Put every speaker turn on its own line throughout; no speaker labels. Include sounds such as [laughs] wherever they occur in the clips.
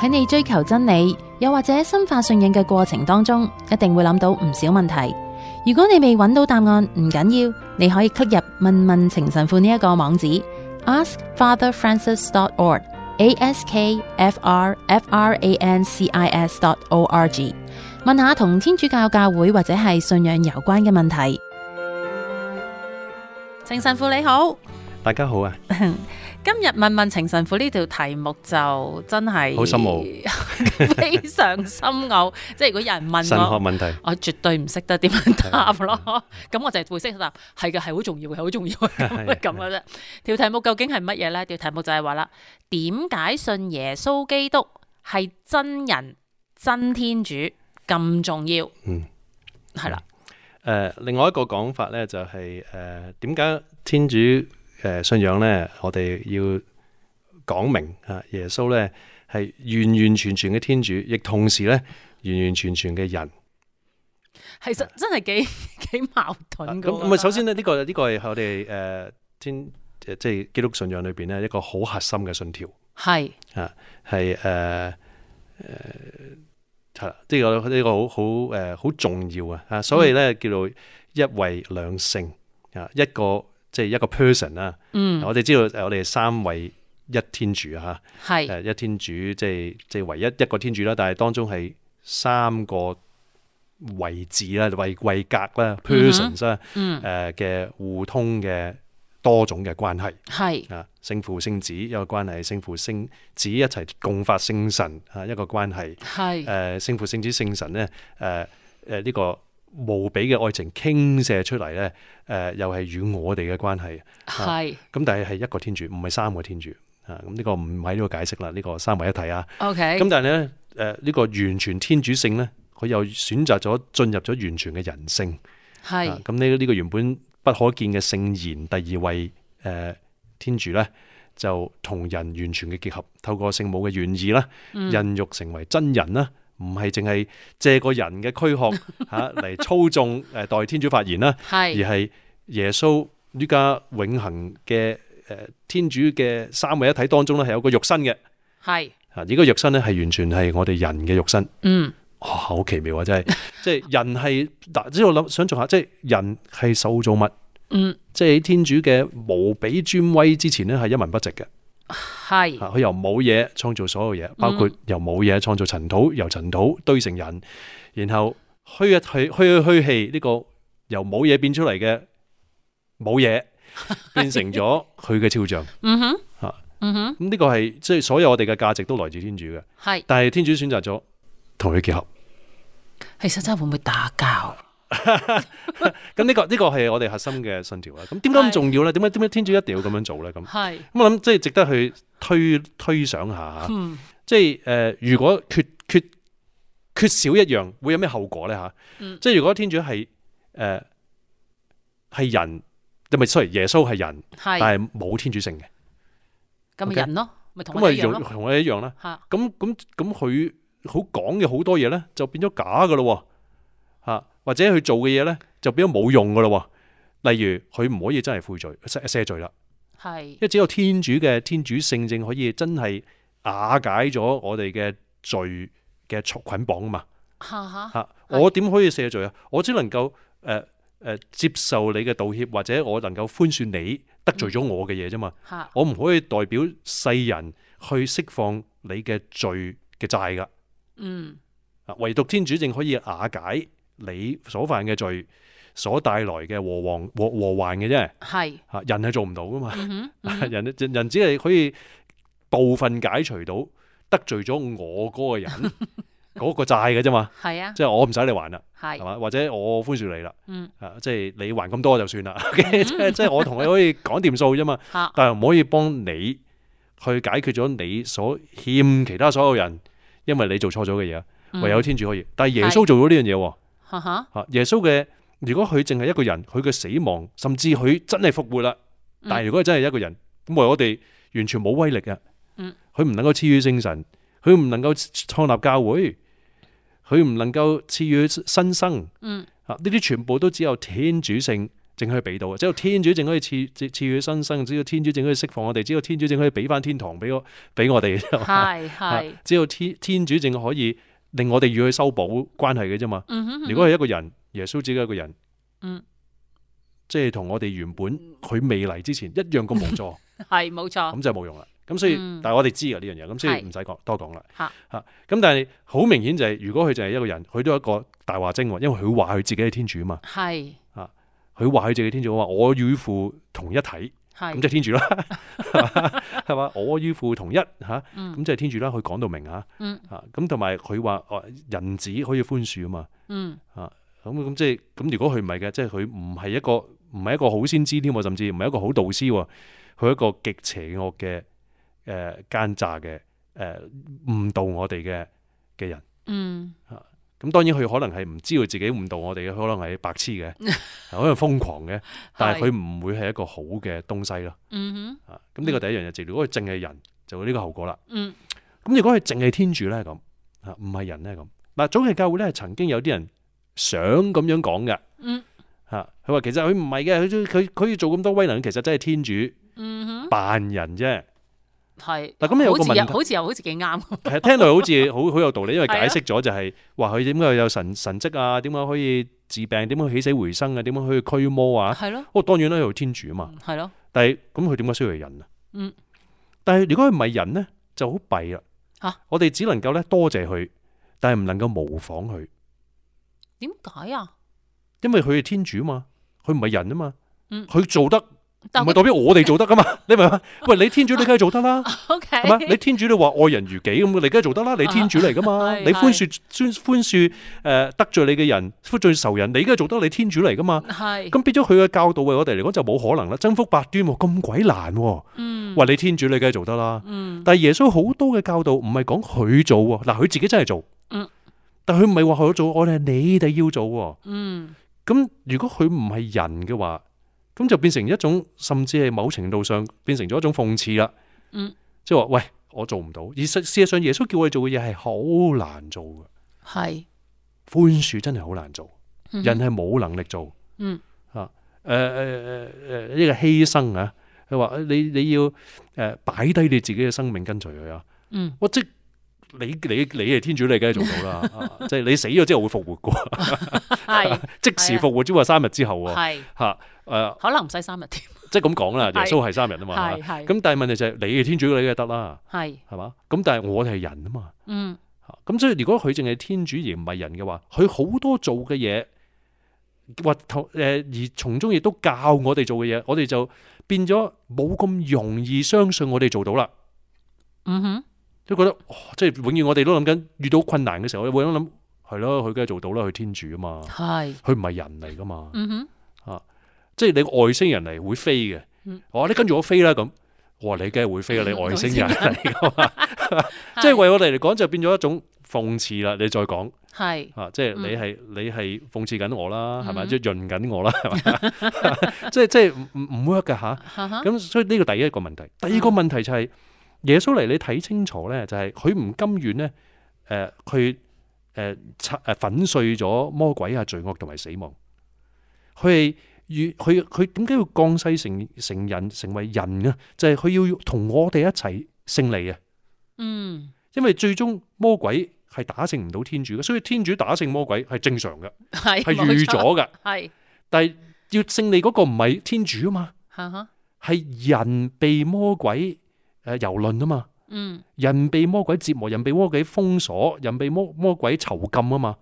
喺你追求真理，又或者深化信仰嘅過程當中，一定會諗到唔少問題。如果你未揾到答案，唔緊要，你可以 click 入問問情神父呢一個網址 askfatherfrancis.org，askfrfrancis.org，問下同天主教教會或者係信仰有關嘅問題。情神父你好，
大家好啊，
今日問問情神父呢條題目就真係
好深奧，
[laughs] 非常深奧。 [laughs] 即係如果有人
神
問
學
我，
問題
我絕對唔識得點樣答咯。咁我就係會識得答，係嘅，係好重要嘅，係好重
[laughs]
要嘅咁
係
咁嘅啫。條題目究竟係乜嘢呢？條題目就係話啦，點解信耶穌基督係真人真天主咁重要？
嗯，
係啦，
誒、呃另外一個講法咧就係誒點解天主誒、呃信仰咧，我哋要講明啊，耶穌咧係完完全全嘅天主，亦同時咧完完全全嘅人。
其實真係幾 [laughs] 幾矛盾㗎
啊咁
喎。
咁咪首先咧，呢、個呢、個係我哋誒、呃天即係基督信仰裏邊咧一個好核心嘅信條。
係
係誒誒係啦，呢個呢個好好誒好重要啊！啊，所謂
嗯
咧叫做一位兩性啊，一個即係一個 person 啦。
嗯
我哋知道呃誒我哋三位一天主啊，
係
誒一天主即係即係唯一一個天主啦，但係當中係三個位置啦、位位格啦、persons 啦
嗯
誒嘅互通嘅多種嘅關係。
係
啊，聖父聖子一個關係，聖父聖子一齊共發聖神啊，一個關係。誒、
係
聖父聖子聖神咧，誒誒呢個無比嘅愛情傾瀉出嚟咧，誒、又係與我哋嘅關係。
係
咁但係係一個天主，唔係三個天主啊。咁呢個唔喺呢個解釋啦，呢、個三位一體啊。
OK
咁但係咧，誒、呢個完全天主性咧，佢又選擇咗進入咗完全嘅人性。啊
係
咁呢呢個原本不可見嘅聖言，第二位誒、呃天主咧，就同人完全嘅結合，透過聖母嘅願意啦，
嗯
孕育成為真人啦，唔係淨係借個人嘅軀
[laughs]
殼嚇嚟操縱誒代天主發言啦，而
係
係耶穌呢家永恆嘅誒天主嘅三位一體當中咧，係有個肉身嘅
係
嚇，呢、個肉身咧係完全係我哋人嘅肉身。
嗯
哇好奇妙啊！真係， [laughs] 即係人係嗱，即係我諗想象下，即係人係受造物，
嗯
即係喺天主嘅無比尊威之前呢，係一文不值嘅。
係
啊佢由冇嘢創造所有嘢，包括由冇嘢創造塵土，由塵土堆成人，然後虛一虛虛虛氣呢個由冇嘢變出嚟嘅冇嘢，變成咗佢嘅肖像。
嗯哼
嚇
嗯哼
咁呢個係即係所有我哋嘅價值都來自天主嘅，
係，
但係天主選擇咗同佢結合。
其實真係會唔會打交？
咁呢、個呢、個係我哋核心嘅信條啦。咁點解咁重要咧？點解點解天主一定要咁樣做咧？咁咁
係
我諗即係值得去推推想下嚇，
嗯
即係誒、呃如果缺缺缺少一樣，會有咩後果咧嚇？
嗯
即係如果天主係誒係人，唔係 sorry，耶穌係人，但
係
係冇天主性嘅，
咁咪
OK
人咯，咪同
咁啊
我一樣
用
咯
同我一樣啦。
嚇
咁咁咁佢好講嘅好多嘢咧，就變咗假噶咯喎，嚇或者佢做嘅嘢咧就變咗冇用噶咯喎。例如佢唔可以真係悔罪赦赦罪啦，
係
因為只有天主嘅天主聖正可以真係瓦解咗我哋嘅罪嘅束捆綁啊嘛
嚇嚇
嚇。我點可以赦罪啊？我只能夠誒誒接受你嘅道歉，或者我能夠寬恕你得罪咗我嘅嘢啫嘛。
嚇
我唔可以代表世人去釋放你嘅罪嘅債噶。
嗯
啊，唯獨天主正可以瓦解你所犯嘅罪所帶來嘅禍患禍禍患嘅啫。
係
嚇，人係做唔到噶嘛，
嗯哼
[laughs] 人人只係可以部分解除到得罪咗我嗰
[laughs]
個人嗰個債嘅啫嘛，
係啊
即係我唔使你還啦，係
係
嘛？或者我寬恕你啦，
嗯
啊，即係你還咁多就算啦。OK，即係即係我同你可以講掂數
[laughs]
啫嘛，
嚇
但係唔可以幫你去解決咗你所欠其他所有人，因為你做錯咗嘅嘢。
嗯
唯有天主可以。但係耶穌做咗呢樣嘢喎，
嚇嚇
嚇耶穌嘅如果佢淨係一個人，佢嘅死亡，甚至佢真係復活啦。
嗯
但係如果佢真係一個人，咁為我哋完全冇威力啊
嗯！
佢唔能夠賜予聖神，佢唔能夠創立教會，佢唔能夠賜予新生。
嗯
啊，呢啲全部都只有天主性正可以俾到嘅，只有天主正可以賜賜賜予新生，只有天主正可以釋放我哋，只有天主正可以俾翻天堂俾我俾我哋嘅啫嘛。
係係，
只有天天主正可以令我哋與佢修補關係嘅啫嘛。
嗯哼，
如果係一個人，耶穌只係一個人，
嗯
即係同我哋原本佢未嚟之前一樣
[laughs]
咁無助，
係冇錯，
咁就冇用啦。咁所以，
啊嗯
但係我哋知嘅呢樣嘢，咁所以
係
唔使講多講啦。
嚇
嚇咁，但係好明顯就係、如果佢就係一個人，佢都係一個大話精喎，因為佢話佢自己係天主啊嘛，
係
佢話佢自己係天主，我話我與父同一體。咁
係，
即係
[laughs]
天主啦，係嘛？我與父同一嚇，咁、即係天主啦。佢講到明嚇，
嗯
啊咁同埋佢話哦人子可以寬恕啊嘛。
嗯
咁咁即係咁，如果佢唔係嘅，即係佢唔係一個唔係一個好先知添喎，甚至唔係一個好導師喎，佢係一個極邪惡嘅誒奸詐嘅誒誤導我哋嘅嘅人。
嗯，
咁當然佢可能係唔知道自己誤導我哋嘅，佢可能係白痴嘅，可能瘋狂嘅，但係佢唔會係一個好嘅東西咯。
嗯
啊，咁呢個第一樣嘢，治療。如果佢淨係人，就會呢個後果啦。
哼，嗯
咁如果佢淨係天主咧咁，啊唔係人咧咁。嗱，早期教會咧曾經有啲人想咁樣講嘅，
嗯
吓佢話其實佢唔係嘅，佢佢佢要做咁多威能，其實真係天主
嗯哼，
扮人啫。
係。
嗱，咁有
好
個
似又
問題，
好似又好似幾啱喎，
係聽落好
[laughs]
似好好有道理，因為
係啊
解釋咗就係話佢點解有神神蹟啊，點解可以治病，點解起死回生啊，點樣可以驅魔啊。
係咯，
哦，當然啦，有天主啊嘛。
係咯，
但係咁佢點解需要係人啊？
嗯，
但係如果佢唔係人呢，就好弊啦。
嚇
我哋只能夠咧多謝佢，但係唔能夠模仿佢，
點解啊？
因為佢係天主啊嘛，佢唔係人啊嘛。
嗯
佢做得唔
但
係代表我哋做得
[laughs]
噶嘛？你明嘛？啊喂，你天主你梗係做得啦，
O K，
係 [laughs] 咪？你天主你話愛人如己咁，你梗係做得啦。你天主嚟噶嘛？
啊 [laughs] 係
你寬恕寬寬恕誒得罪你嘅人，寬罪仇人，你梗係做得。你天主嚟噶嘛？
係
咁變咗佢嘅教導為我哋嚟講就冇可能啦，真福百端喎，咁鬼難喎。
嗯
話你天主你梗係做得啦，
嗯
但係耶穌好多嘅教導唔係講佢做喎，嗱佢自己真係做，
嗯
但佢唔係話佢做，我哋係你哋要做喎。
嗯
咁如果佢唔係人嘅話，咁就變成一種甚至係某程度上變成咗一種諷刺啦。
嗯，
即係話喂，我做唔到，而實事實上耶穌叫我哋做嘅嘢係好難做嘅，
係
寬恕真係好難做，
嗯
人係冇能力做。啊
嗯
誒誒誒誒呢個犧牲啊！佢話誒你你要誒擺低你自己嘅生命跟隨佢啊！ [laughs]
嗯
我即係你你你係天主，你梗係做
[laughs]
到啦！啊即係你死咗之後會復活嘅喎，
係
[laughs]
啊
即時復活，只話三日之後喎
係，
嚇誒，
可能唔使三日添，
即係咁講啦。耶
係
穌係三日啊嘛，
係係
咁但係問題就係你係天主，你梗係得啦，
係
係嘛？咁但係我哋係人啊嘛，
嗯
嚇咁所以如果佢淨係天主而唔係人嘅話，佢好多做嘅嘢，或同誒而從中亦都教我哋做嘅嘢，我哋就變咗冇咁容易相信我哋做到啦。
嗯哼
都覺得、哦即係永遠我哋都諗緊遇到困難嘅時候，我哋會諗諗係咯，佢梗係做到啦，佢天主啊嘛，
係
佢唔係人嚟噶嘛，
嗯哼
即係你外星人嚟會飛嘅
嗯。
我話你跟住我飛啦咁，我話你梗係會飛啦，你
嗯
外星人嚟噶嘛， [laughs] 即係為我哋嚟講就變咗一種諷刺啦。你再講。
係
啊，即係
嗯
你係你係諷刺緊我啦，係咪？
嗯
即係潤緊我啦，係咪？ [laughs] 即係即係唔唔 work 噶吓。
哈哈
咁所以呢個第一個問題，
嗯
第二個問題就係耶穌嚟，你睇清楚咧，就係佢唔甘願咧，誒佢誒拆誒粉碎咗魔鬼啊、罪惡同埋死亡。佢係與佢佢點解要降世成成人成為人啊？就係佢要同我哋一齊勝利啊！
嗯
因為最終魔鬼係打勝唔到天主嘅，所以天主打勝魔鬼係正常嘅。
係
係
冇
預
錯
咗噶，
係
但係要勝利嗰個唔係天主啊嘛，
哈哈
係人被魔鬼誒遊論啊嘛，
嗯
人被魔鬼折磨，人被魔鬼封鎖，人被魔魔鬼囚禁啊嘛。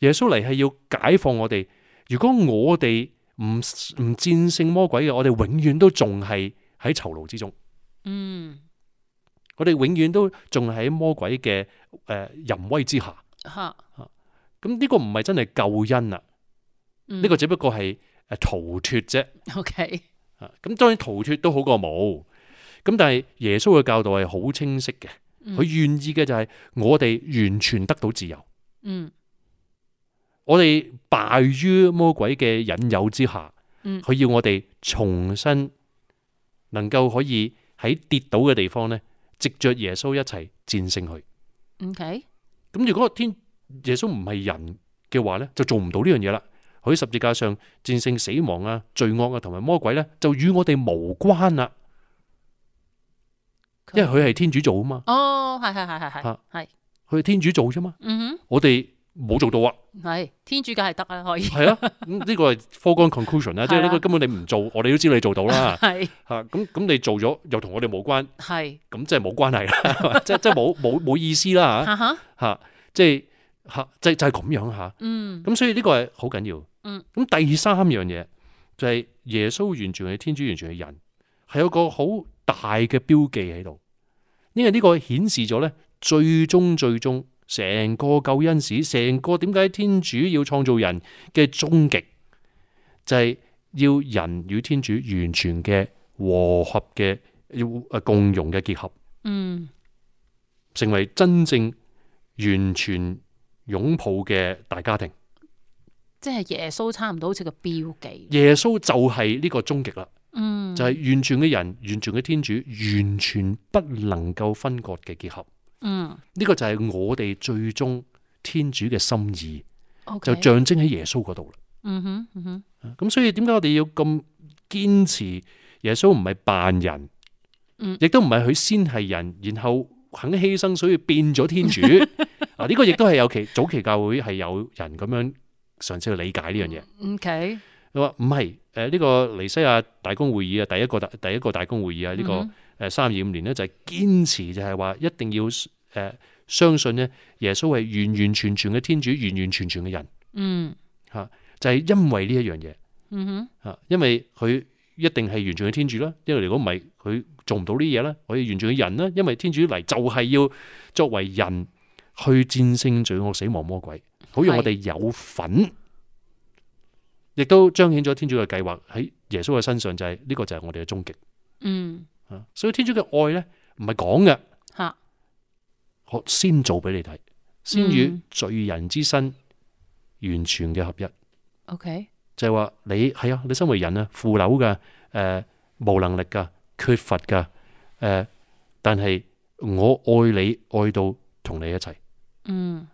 耶穌嚟係要解放我哋，如果我哋唔唔戰勝魔鬼嘅，我哋永遠都仲係喺囚牢之中，
嗯
我哋永遠都仲係喺魔鬼嘅誒、呃淫威之下。
哈
咁呢個唔係真係救恩啊，
呢
呢個只不過係誒逃脱啫。
O K
啊，咁當然逃脱都好過冇。咁但係耶穌嘅教導係好清晰嘅，佢願意嘅就係我哋完全得到自由，
嗯
我哋敗於魔鬼嘅引誘之下，
嗯
佢要我哋重新能夠可以喺跌倒嘅地方呢，藉着耶穌一齊戰勝佢。
O K
咁如果天耶穌唔係人嘅話呢，就做唔到呢樣嘢啦。佢十字架上戰勝死亡啊、罪惡啊同埋魔鬼呢，就與我哋無關啦，因為佢係天主做啊嘛，
哦，係係係係係
啊
係，
佢係天主做啫嘛，
嗯
我哋冇做到啊，
哼，係天主教係得啊，可以
係啊，咁呢個係 foregone conclusion 啊啦，即係呢個根本你唔做，我哋都知你做到啦，
係
嚇咁咁你做咗又同我哋冇關，
[laughs] 係
咁即係冇關係啦， [laughs] 即係即係冇冇冇意思啦
嚇
嚇
嚇，
嚇，即係嚇就就係咁樣嚇。
嗯
咁所以呢個係好緊要。
嗯，
咁第三樣嘢就係耶穌完全係天主，完全係人，係有個好大嘅標記喺度，因為呢個顯示咗咧最終最終成個救恩史，成個點解天主要創造人嘅終極，就係要人與天主完全嘅和合嘅要呃共融嘅結合，
嗯
成為真正完全擁抱嘅大家庭。
即係耶穌差唔多好似個標記，
耶穌就係呢個終極啦，
嗯
就係完全嘅人、完全嘅天主、完全不能夠分割嘅結合。
嗯
呢個就係我哋最終天主嘅心意，
，OK，
就象徵喺耶穌嗰度
嗯哼嗯哼，
啦。咁所以點解我哋要咁堅持耶穌唔係扮人
嗯，
亦都唔係佢先係人，然後肯犧牲，所以變咗
[laughs]
天主。啊，呢個亦都係有其早期教會係有人咁樣嘗試去理解呢樣嘢。
OK，
佢話唔係，誒呢個尼西亞大公會議啊，第一個大第一個大公會議啊，呢
嗯
個誒三二五年呢，就係堅持就係話一定要誒相信呢耶穌係完完全全嘅天主，完完全全嘅人，
嗯
就係因為呢一樣嘢
嗯哼，
嚇，啊因為佢一定係完全嘅天主啦，因為如果唔係佢做唔到呢啲嘢啦，可以完全嘅人啊啦，因為天主嚟就係要作為人去戰勝罪惡、死亡、魔鬼，好讓我哋有份，亦都彰顯咗天主嘅計劃喺耶穌嘅身上，就係、呢、個就係我哋嘅終極
嗯
啊！所以天主嘅愛呢，唔係講嘅，
嚇，
我先做俾你睇，先與
嗯
罪人之身完全嘅合一。
OK，
就係話你係啊，你身為人啊，腐朽嘅，誒、無能力嘅，缺乏嘅，誒、但係我愛你，愛到同你一齊。啊
嗯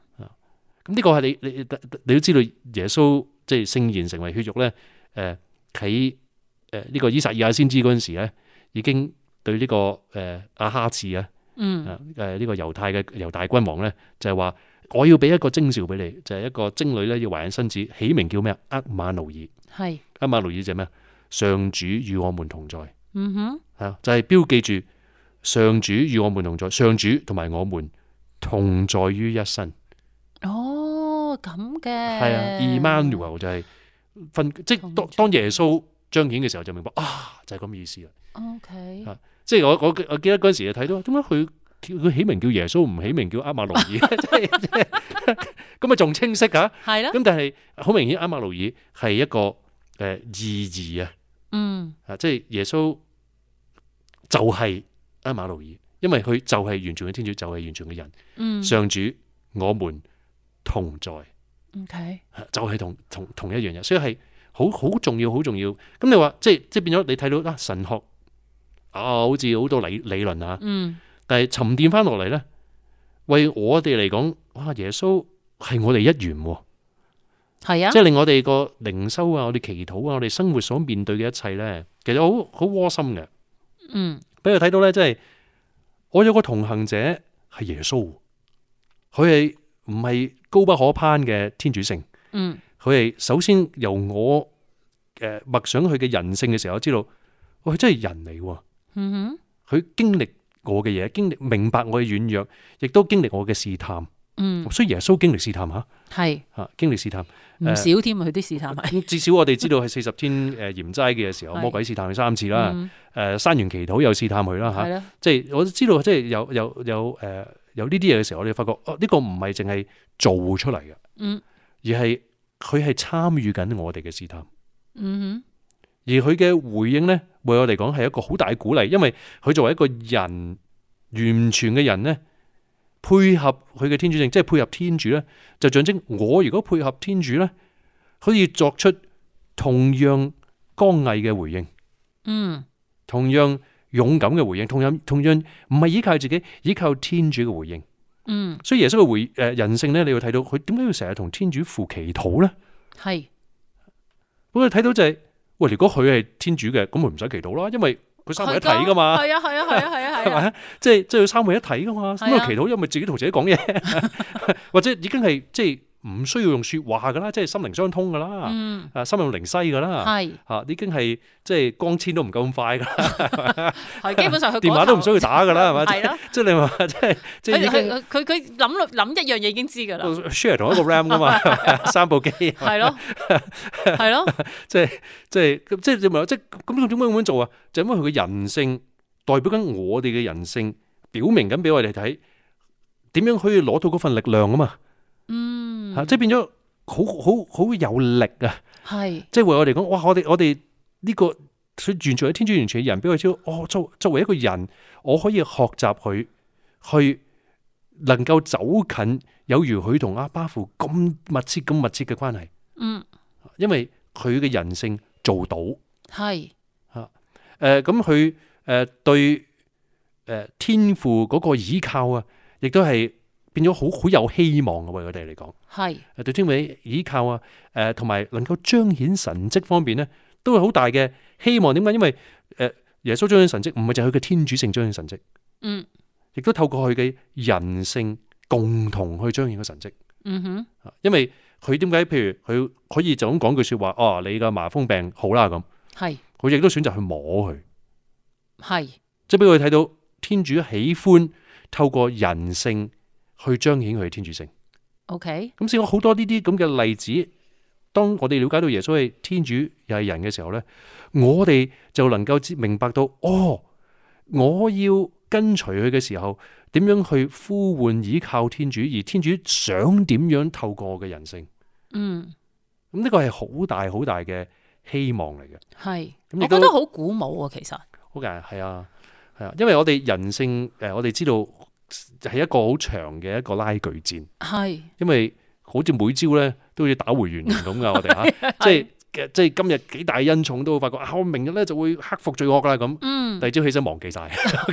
咁呢個係你你你你都知道耶穌即係聖言成為血肉咧，誒喺誒呢個以撒以亞先知嗰陣時咧，已經對呢、個誒亞、哈次啊，
嗯
誒誒呢個猶太嘅猶大君王咧，就係、話我要俾一個徵兆俾你，就係、一個精女咧要懷孕生子，起名叫咩啊？厄馬奴爾。
係，
阿馬路爾就係咩？上主與我們同在，
嗯哼，
係啊，就係、標記住上主與我們同在，上主同埋我們同在於一身，
哦咁嘅，
係啊。Emmanuel 就係分，即係當
同在
當耶穌彰顯嘅時候就明白啊，就係、咁意思啦。
，OK，
啊即係我我我記得嗰陣時就睇到，點解佢佢起名叫耶穌，唔起名叫阿馬
[laughs]
路爾？即係即係咁咪仲清晰嚇、
係啦，
咁但係好明顯，阿馬路爾係一個誒、呃意義啊。
嗯
啊，即係耶穌就係阿馬路爾，因為佢就係完全嘅天主，就係、完全嘅人。
嗯
上主，我們同在，
，OK，
啊就係、同同同一樣嘢，所以係好好重要，好重要。咁你話即係即係變咗你睇到啊神學啊，好似好多理理論啊，
嗯
但係沉澱翻落嚟咧，為我哋嚟講，哇！耶穌係我哋一員喎。
係啊
即，係令我哋個靈修啊，我哋祈禱啊，我哋生活所面對嘅一切咧，其實好好窩心嘅。
嗯
俾佢睇到咧，即係我有個同行者係耶穌，佢係唔係高不可攀嘅天主性？
嗯
佢係首先由我誒默想佢嘅人性嘅時候，我知道，喂，佢真係人嚟喎，
嗯
佢經歷我嘅嘢，經歷明白我嘅軟弱，亦都經歷我嘅試探。
哼，嗯
所以耶穌經歷試探吓
係
吓，經歷試
[laughs]
探。
唔
誒
少添啊，佢啲試探係。
咁至少我哋知道係四十天誒嚴齋嘅時候，
係
魔鬼試探佢三次啦。
嗯，
誒山園祈禱又試探佢啦
係
嚇，
啦，
即係我都知道，即係有有有誒有呢啲嘢嘅時候，我哋發覺哦，呢個唔係淨係做出嚟嘅，
嗯
而係佢係參與緊我哋嘅試探，
嗯
而佢嘅回應呢，為我哋講係一個好大嘅鼓勵，因為佢作為一個人完全嘅人呢，配合佢嘅天主性，即係配合天主呢，就象徵我如果配合天主呢，可以作出同樣剛毅嘅回應。
嗯
同樣勇敢嘅回應，同樣同樣唔係依靠自己，依靠天主嘅回應。
嗯，
所以耶穌嘅回誒、人性咧，你會睇到佢點解要成日同天主父祈禱咧？
係
咁佢睇到就係、喂，如果佢係天主嘅，咁佢唔使祈禱啦，因為佢三位一體噶嘛。
係啊係啊係啊係啊
係
係啊，
咪？即係即係要三位一體噶嘛？咁
係啊
佢祈禱，因為自己同自己講嘢， [laughs] 或者已經係即係唔需要用説話噶啦，即係心靈相通噶啦，
嗯
啊心有靈犀噶啦，
係
嚇已經係即係光纖都唔夠咁快噶啦，
係基本上佢
[laughs] 電話都唔需要打噶啦，係咪？
係咯，
即係你話即係即係已
佢
經
佢佢佢諗落諗一樣嘢已經知㗎啦，
share 同一個 RAM 噶嘛，啊三部機，
係
[laughs]
咯係咯，
即係即係咁即係你咪話即係咁咁點解咁樣做啊？就因為佢嘅人性代表緊我哋嘅人性，表明緊俾我哋睇點樣可以攞到嗰份力量啊嘛。
嗯
吓，即係變咗好好好有力啊！
係
即係為我哋講，哇！我哋我哋呢、個佢完全係天主完全嘅人，俾佢知道，哦，作作為一個人，我可以學習佢，去能夠走近，有如佢同阿巴父咁密切、咁密切嘅關係，
嗯
因為佢嘅人性做到，
係
誒呃咁佢誒對誒、呃天父嗰個倚靠啊，亦都係變咗好好有希望嘅為我哋嚟講。
係
誒對天主嘅倚靠啊，誒同埋能夠彰顯神蹟方面咧，都有好大嘅希望。點解？因為誒、呃耶穌彰顯神蹟，唔係就係佢嘅天主性彰顯神蹟，
嗯
亦都透過佢嘅人性共同去彰顯個神蹟。
嗯哼
啊因為佢點解？譬如佢可以就咁講句説話，哦，你嘅麻風病好啦咁，
係
佢亦都選擇去摸佢，
係
即係俾佢睇到天主喜歡透過人性去彰顯佢嘅天主性。
OK
咁所以我好多呢啲咁嘅例子，當我哋了解到耶穌係天主又係人嘅時候呢，我哋就能夠知明白到，哦，我要跟隨佢嘅時候，點樣去呼喚倚靠天主，而天主想點樣透過我嘅人性，
嗯
咁呢個係好大好大嘅希望嚟嘅。
係，
咁
我
亦
覺
都
得好鼓舞啊，其實
好嘅，係啊，係啊，因為我哋人性，誒、我哋知道係一個好長嘅一個拉鋸戰。
係
因為好似每朝咧都要打回原形咁噶，我哋吓，
[laughs]
即係嘅即係今日幾大恩寵都會發覺啊，我明日咧就會克服罪惡啦咁。
嗯
第。二朝起身忘記晒，
好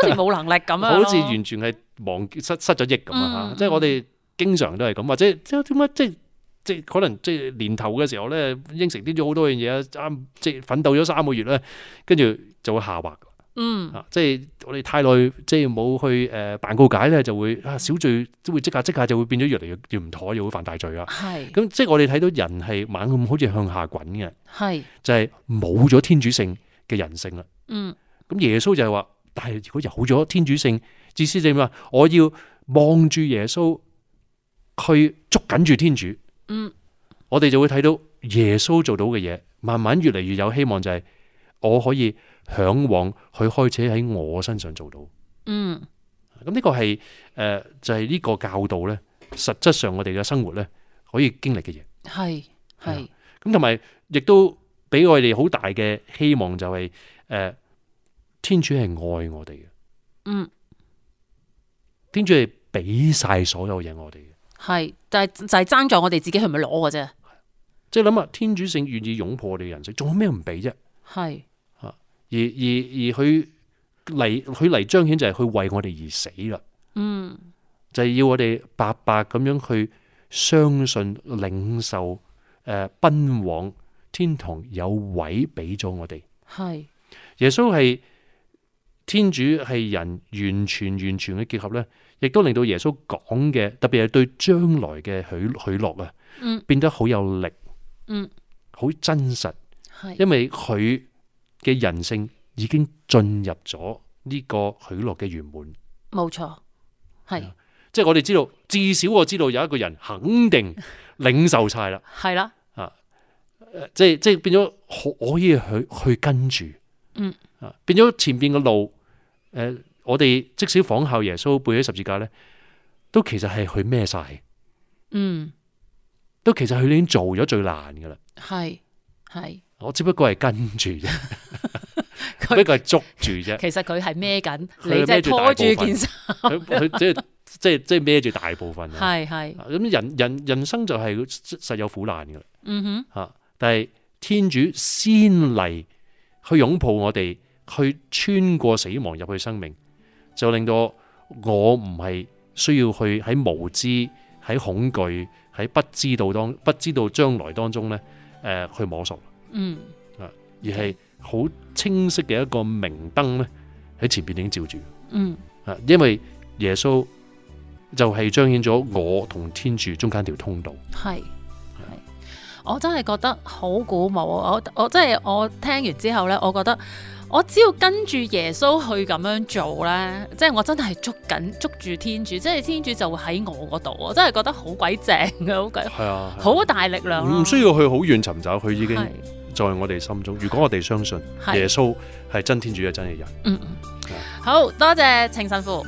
似冇能力咁樣
[laughs] 好
咯
似完全係忘記失失咗憶咁啊！
嗯
嚇即係我哋經常都係咁，或者即係點解即係即係可能即係年頭嘅時候咧，應承啲咗好多樣嘢啊，啱即係奮鬥咗三個月咧，跟住就會下滑。
嗯
啊，即係我哋太耐即係冇去誒辦告解咧，就會啊小罪都會積下積下，就會變咗越嚟越越唔妥，又會犯大罪啊！
係
咁即係我哋睇到人係猛咁好似向下滾嘅，
係
就係冇咗天主性嘅人性啦。
嗯
咁耶穌就係話，但係如果有咗天主性，意思就係話我要望住耶穌，去捉緊住天主，
嗯
我哋就會睇到耶穌做到嘅嘢，慢慢越嚟越有希望，就係我可以向往佢開始喺我身上做到。
嗯
咁呢個係誒、呃就係、呢個教導咧，實質上我哋嘅生活咧可以經歷嘅嘢。
係係
咁同埋亦都俾我哋好大嘅希望，就係、呃天主係愛我哋嘅，
嗯
天主係俾晒所有嘢我哋嘅。
係，但係就係爭在我哋自己係咪攞嘅啫，
即係諗下，天主性願意擁抱我哋嘅人性，仲有咩唔俾啫？
係
而而而佢嚟佢嚟彰顯就係佢為我哋而死啦，
嗯
就係、要我哋白白咁樣去相信領受誒、呃奔往天堂有位俾咗我哋。
係
耶穌係天主係人完全完全嘅結合咧，亦都令到耶穌講嘅，特別係對將來嘅許許諾啊，
嗯
變得好有力，
嗯，
好真實，
係
因為佢嘅人性已經進入咗呢個許諾嘅圓滿。
冇錯係
即係我哋啊知道，至少我知道有一個人肯定領受晒啦，
係啦呃
誒即係即係變咗可我可以去去跟住，
嗯
啊，變咗前邊嘅路，誒、我哋即使仿效耶穌背起十字架咧，都其實係佢孭晒，
嗯
都其實佢已經做咗最難噶啦，
係係，
我只不過係跟住
[laughs]
啫，
佢
不過係捉住啫，
其實佢係孭緊，
佢
你即係拖住
孭住大
件
部分
衫，
[laughs] 佢佢即係即係即係孭住大部分啊，
係係
啊咁人人人生就係實有苦難噶啦。
嗯哼
吓，但係天主先嚟去擁抱我哋，去穿過死亡入去生命，就令到我唔係需要去喺無知、喺恐懼、喺不知道當不知道將來當中呢，誒、呃去摸索，
嗯，
而係好清晰嘅一個明燈咧喺前邊已經照住。
嗯，
啊，因為耶穌就係彰顯咗我同天主中間條通道。
係係，我真係覺得好鼓舞啊！我我真係我聽完之後呢，我覺得我只要跟住耶穌去咁樣做呢，即係我真係捉緊捉住天主，即係天主就會喺我嗰度，啊我真係覺得好鬼正嘅，好鬼
係啊，
好大力量咯
唔需要去好遠尋找，佢已經
係
在我哋心中。如果我哋相信
係
耶穌係真天主嘅真嘅人。
嗯嗯，好多謝程神父。